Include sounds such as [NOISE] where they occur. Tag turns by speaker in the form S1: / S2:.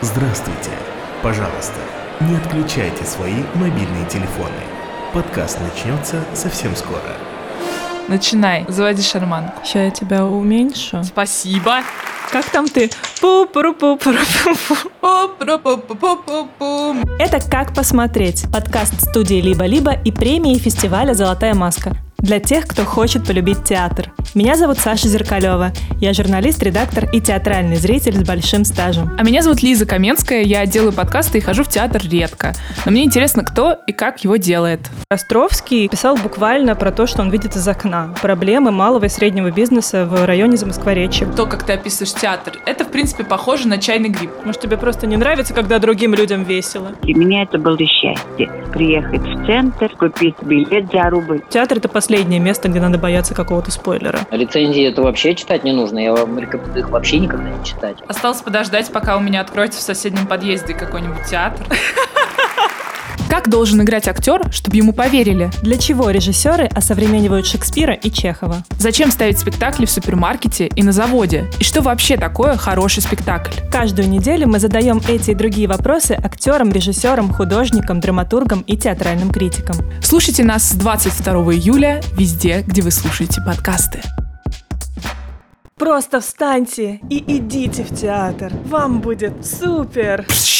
S1: Здравствуйте. Пожалуйста, не отключайте свои мобильные телефоны. Подкаст начнется совсем скоро.
S2: Начинай, заводи шарманку.
S3: Сейчас я тебя уменьшу.
S2: Спасибо.
S3: Как там ты? пу пу пу Это «Как посмотреть» подкаст студии «Либо-либо» и премии фестиваля «Золотая маска» для тех, кто хочет полюбить театр. Меня зовут Саша Зеркалева. Я журналист, редактор и театральный зритель с большим стажем.
S2: А меня зовут Лиза Каменская, я делаю подкасты и хожу в театр редко. Но мне интересно, кто и как его делает.
S3: Островский писал буквально про то, что он видит из окна. Проблемы малого и среднего бизнеса в районе Замоскворечья.
S2: То, как ты описываешь театр, это, в принципе, похоже на чайный гриб.
S3: Может, тебе просто не нравится, когда другим людям весело?
S4: Для меня это было счастье. Приехать в центр, купить билет за рубль.
S3: Театр — это последнее место, где надо бояться какого-то спойлера.
S5: Рецензии это вообще читать не нужно. Я вам рекомендую их вообще никогда не читать.
S2: Осталось подождать, пока у меня откроется в соседнем подъезде какой-нибудь театр. [LAUGHS] Как должен играть актер, чтобы ему поверили?
S3: Для чего режиссеры осовременивают Шекспира и Чехова?
S2: Зачем ставить спектакли в супермаркете и на заводе? И что вообще такое хороший спектакль?
S3: Каждую неделю мы задаем эти и другие вопросы актерам, режиссерам, художникам, драматургам и театральным критикам.
S2: Слушайте нас с 22 июля везде, где вы слушаете подкасты.
S3: Просто встаньте и идите в театр. Вам будет супер! Пш!